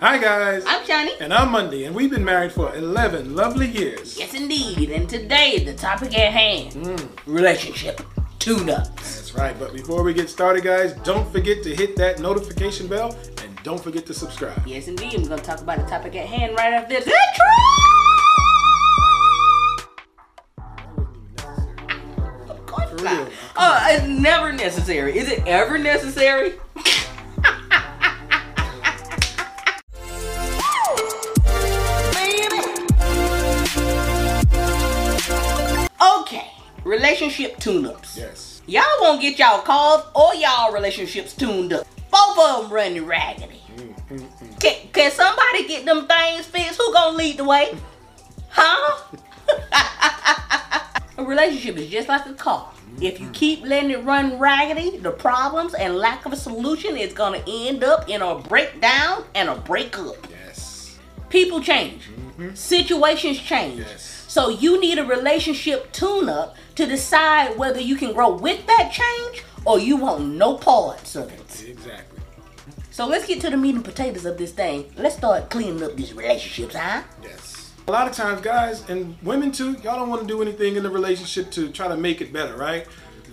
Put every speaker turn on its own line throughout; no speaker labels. Hi, guys.
I'm Shani.
And I'm Monday, and we've been married for 11 lovely years.
Yes, indeed. And today, the topic at hand relationship tune ups.
That's right, but before we get started, guys, don't forget to hit that notification bell and don't forget to subscribe.
Yes, indeed. We're going to talk about the topic at hand right after this intro. Of course
For
not.
real.
Oh, it's never necessary. Is it ever necessary? Okay, relationship tune ups.
Yes.
Y'all won't get y'all calls or y'all relationships tuned up. Both of them running raggedy. Can, can somebody get them things fixed? Who gonna lead the way? Huh? A relationship is just like a car. If you keep letting it run raggedy, the problems and lack of a solution is gonna end up in a breakdown and a breakup.
Yes.
People change. Situations change.
Yes.
So you need a relationship tune up to decide whether you can grow with that change or you want no parts of it.
Exactly.
So let's get to the meat and potatoes of this thing. Let's start cleaning up these relationships, huh?
Yes. A lot of times, guys, and women too, y'all don't want to do anything in the relationship to try to make it better, right?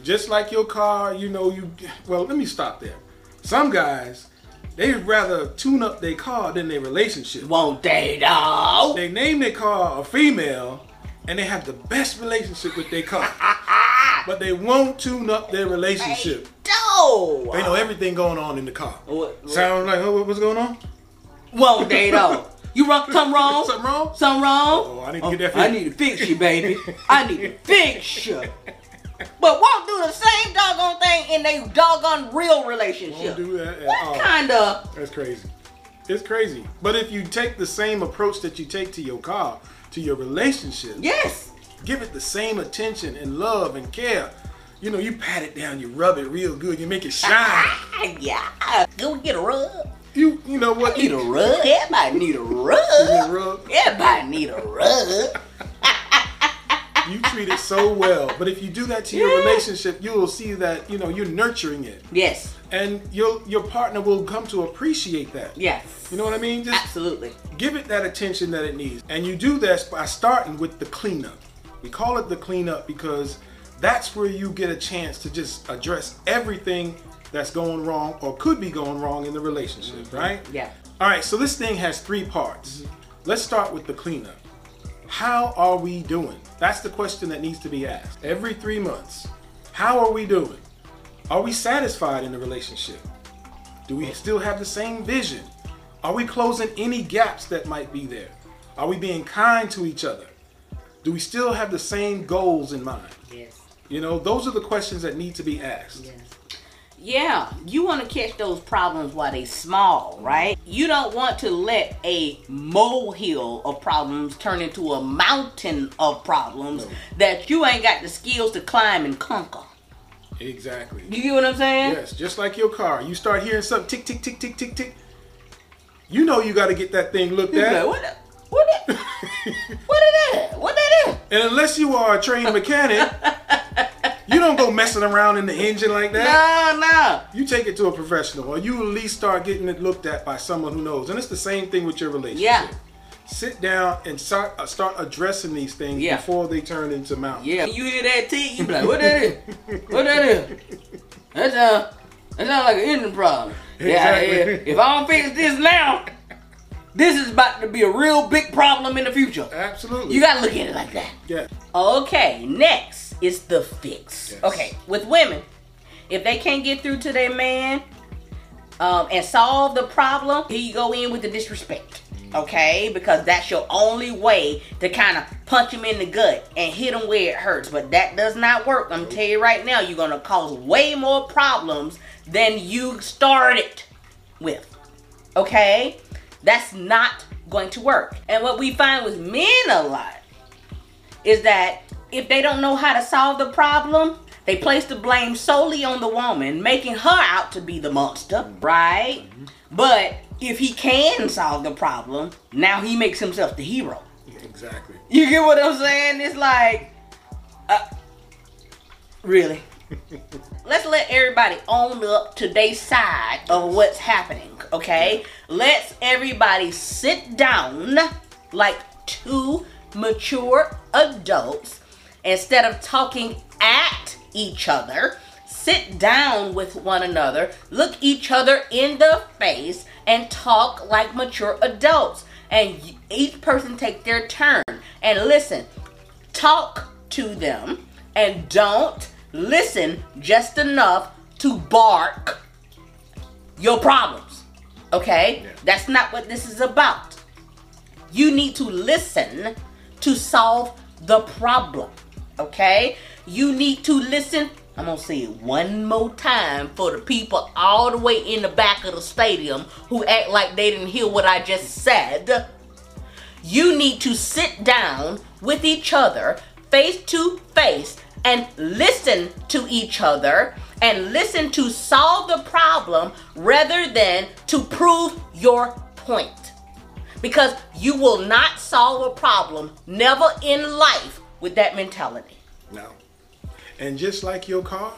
Just like your car, you know, you. Well, let me stop there. Some guys, they'd rather tune up their car than their relationship.
Won't they, dog?
They name their car a female, and they have the best relationship with their car. but they won't tune up their relationship.
Dog!
They know everything going on in the car.
What- what-
Sound like, oh, what's going on?
Won't they, dog? You wrong, something wrong?
Something wrong?
Something wrong?
Oh, I need to get that
I
fixed.
need to fix you, baby. I need to fix you. But won't do the same doggone thing in their doggone real relationship.
Don't do that at
what
all.
kind of?
That's crazy. It's crazy. But if you take the same approach that you take to your car, to your relationship,
Yes.
give it the same attention and love and care. You know, you pat it down, you rub it real good, you make it shine.
Ah, yeah. Go get a rub.
you, you know what?
Need a rub. Everybody need a
You
rub.
rub.
Everybody need a rub.
you treat it so well. But if you do that to your
Yeah.
relationship, you will see that you know you're nurturing it,
Yes.
and your your partner will come to appreciate that.
Yes.
You know what I mean? Just
Absolutely.
give it that attention that it needs, and you do this by starting with the cleanup. We call it the cleanup because that's where you get a chance to just address everything that's going wrong or could be going wrong in the relationship, right?
Yeah.
All right, so this thing has three parts. Let's start with the cleanup. How are we doing? That's the question that needs to be asked every three months. How are we doing? Are we satisfied in the relationship? Do we still have the same vision? Are we closing any gaps that might be there? Are we being kind to each other? Do we still have the same goals in mind?
Yes.
You know, those are the questions that need to be asked.
Yeah, you want to catch those problems while they small, right? You don't want to let a molehill of problems turn into a mountain of problems
No.
that you ain't got the skills to climb and conquer.
Exactly.
You get what I'm saying?
Yes, just like your car. You start hearing something tick, tick, tick, tick, tick, tick. You know you got to get that thing looked
You be like,
at.
what the, what the, what is that? What that is?
And unless you are a trained mechanic, you don't go messing around in the engine like that.
No, no.
You take it to a professional, or you at least start getting it looked at by someone who knows. And it's the same thing with your relationship.
Yeah.
Sit down and start uh, start addressing these things
Yeah.
before they turn into mountains.
Yeah. You hear that T? You be like, what that is? What that is? That sound, that sound like an engine problem.
Exactly.
Yeah, yeah. If I don't fix this now, this is about to be a real big problem in the future.
Absolutely.
You gotta look at it like that.
yeah.
Okay, next is the fix.
Yes.
Okay, with women, if they can't get through to their man um, and solve the problem, here you go in with the disrespect. Okay, because that's your only way to kind of punch him in the gut and hit him where it hurts. But that does not work. I'm telling you right now, you're gonna cause way more problems than you started with. Okay, that's not going to work. And what we find with men a lot is that if they don't know how to solve the problem, they place the blame solely on the woman, making her out to be the monster, right? But if he can solve the problem, now he makes himself the hero.
Exactly.
You get what I'm saying? It's like, uh, really? let's let everybody own up to their side of what's happening, okay? Let's everybody sit down like two mature adults instead of talking at each other. Sit down with one another, look each other in the face, and talk like mature adults. And y- each person take their turn. And listen, talk to them and don't listen just enough to bark your problems. Okay?
Yeah.
That's not what this is about. You need to listen to solve the problem. Okay? You need to listen. I'm gonna say it one more time for the people all the way in the back of the stadium who act like they didn't hear what I just said. You need to sit down with each other, face to face, and listen to each other and listen to solve the problem rather than to prove your point. Because you will not solve a problem never in life with that mentality.
No. And just like your car,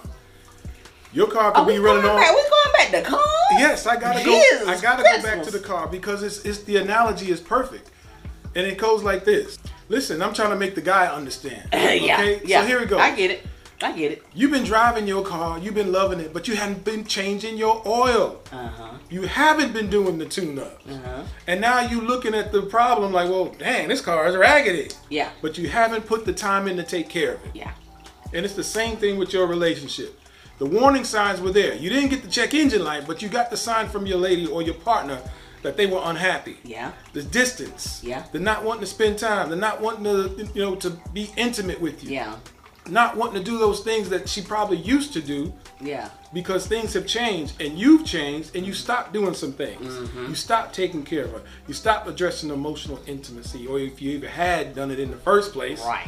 your car could
Are
be
we going
running on.
back? We going back to car?
Yes, I gotta go.
Jesus
I gotta go back to
Christmas.
the car because it's it's the analogy is perfect, and it goes like this. Listen, I'm trying to make the guy understand.
yeah,
okay,
yeah.
so here we go.
I get it. I get it.
You've been driving your car, you've been loving it, but you haven't been changing your oil.
Uh-huh.
You haven't been doing the tune-up, and now you looking at the problem like, well, dang, this car is raggedy.
Yeah.
But you haven't put the time in to take care of it.
Yeah.
And it's the same thing with your relationship. The warning signs were there. You didn't get the check engine light, but you got the sign from your lady or your partner that they were unhappy.
Yeah.
The distance.
Yeah.
The not wanting to spend time. The not wanting to, you know, to be intimate with you.
Yeah.
Not wanting to do those things that she probably used to do
Yeah.
because things have changed and you've changed and you stopped doing some things. You stopped taking care of her. You stopped addressing emotional intimacy or if you even had done it in the first place.
Right.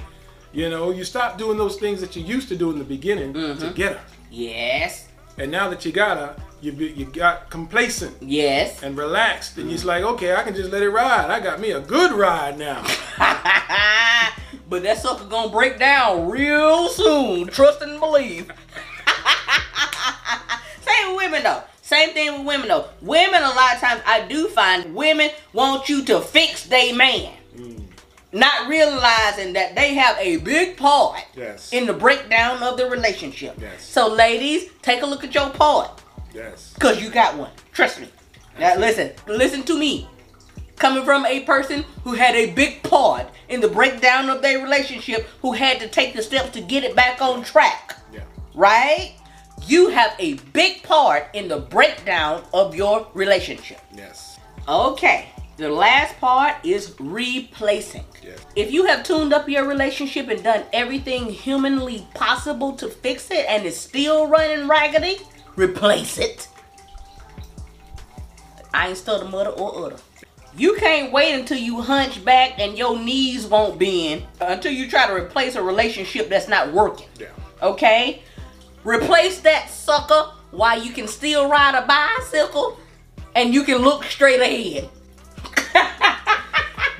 You know, you stop doing those things that you used to do in the beginning to get her.
Yes.
And now that you got her, you be, you got complacent
Yes.
and relaxed, and it's like, okay, I can just let it ride. I got me a good ride now.
but that sucker gonna break down real soon. Trust and believe. Same with women though. Same thing with women though. Women a lot of times I do find women want you to fix they man.
Mm.
Not realizing that they have a big part
Yes.
in the breakdown of the relationship.
Yes.
So ladies, take a look at your part.
yes.
Cause you got one. Trust me. Now listen, listen to me. Coming from a person who had a big part in the breakdown of their relationship, who had to take the steps to get it back on track,
Yeah.
right? You have a big part in the breakdown of your relationship.
Yes.
Okay, the last part is replacing.
Yes.
If you have tuned up your relationship and done everything humanly possible to fix it and it's still running raggedy, replace it. I ain't still the mother or udder. You can't wait until you hunch back and your knees won't bend until you try to replace a relationship that's not working.
Yeah.
Okay? Replace that sucker while you can still ride a bicycle and you can look straight ahead.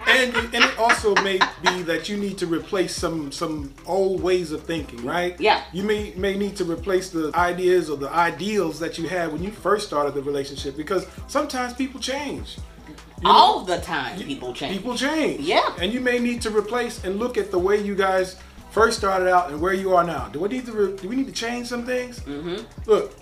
And, and it also may be that you need to replace some some old ways of thinking, right?
Yeah.
You may may need to replace the ideas or the ideals that you had when you first started the relationship because sometimes people change.
All the time, people change.
People change.
Yeah.
And you may need to replace and look at the way you guys first started out and where you are now. Do we need to re- do we need to change some things? Mm-hmm. Look,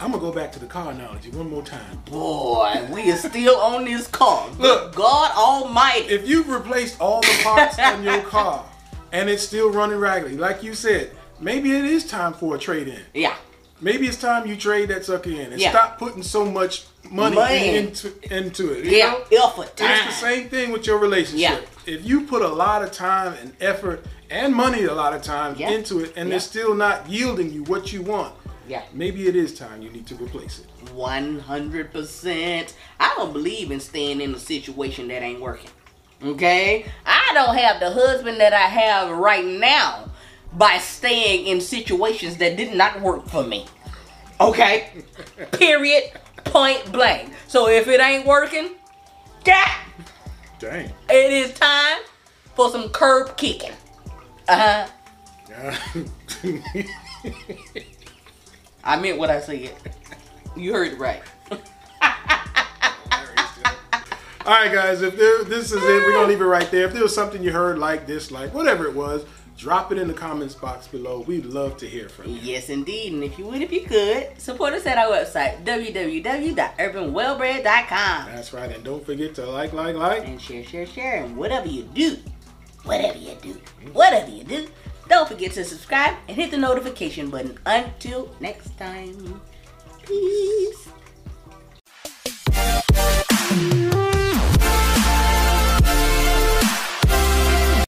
I'm gonna go back to the car analogy one more time.
Boy, we are still on this car. Look,
Look.
God Almighty.
If you've replaced all the parts on your car and it's still running raggedy, like you said, maybe it is time for a trade-in.
yeah.
Maybe it's time you trade that sucker in and
Yeah.
stop putting so much money,
Money.
Into, into it. you
Yeah.
know?
Effort
And
time.
it's the same thing with your relationship.
Yeah.
If you put a lot of time and effort and money a lot of times
Yeah.
into it and
Yeah.
it's still not yielding you what you want,
Yeah.
maybe it is time you need to replace it.
100%. I don't believe in staying in a situation that ain't working. Okay? I don't have the husband that I have right now by staying in situations that did not work for me. Okay? Period. Point blank. So if it ain't working, God
Dang.
It is time for some curb Uh-huh. kicking. Uh huh. I meant what I said. You heard it right.
All right, guys. If there, this is it, we're gonna leave it right there. If there was something you heard, like, dislike, whatever it was, drop it in the comments box below. We'd love to hear from you.
Yes, indeed. And if you would, if you could, support us at our website, www.urbanwellbred.com.
That's right. And don't forget to like, like, like.
And share, share, share. And whatever you do, whatever you do, whatever you do, don't forget to subscribe and hit the notification button. Until next time. Peace.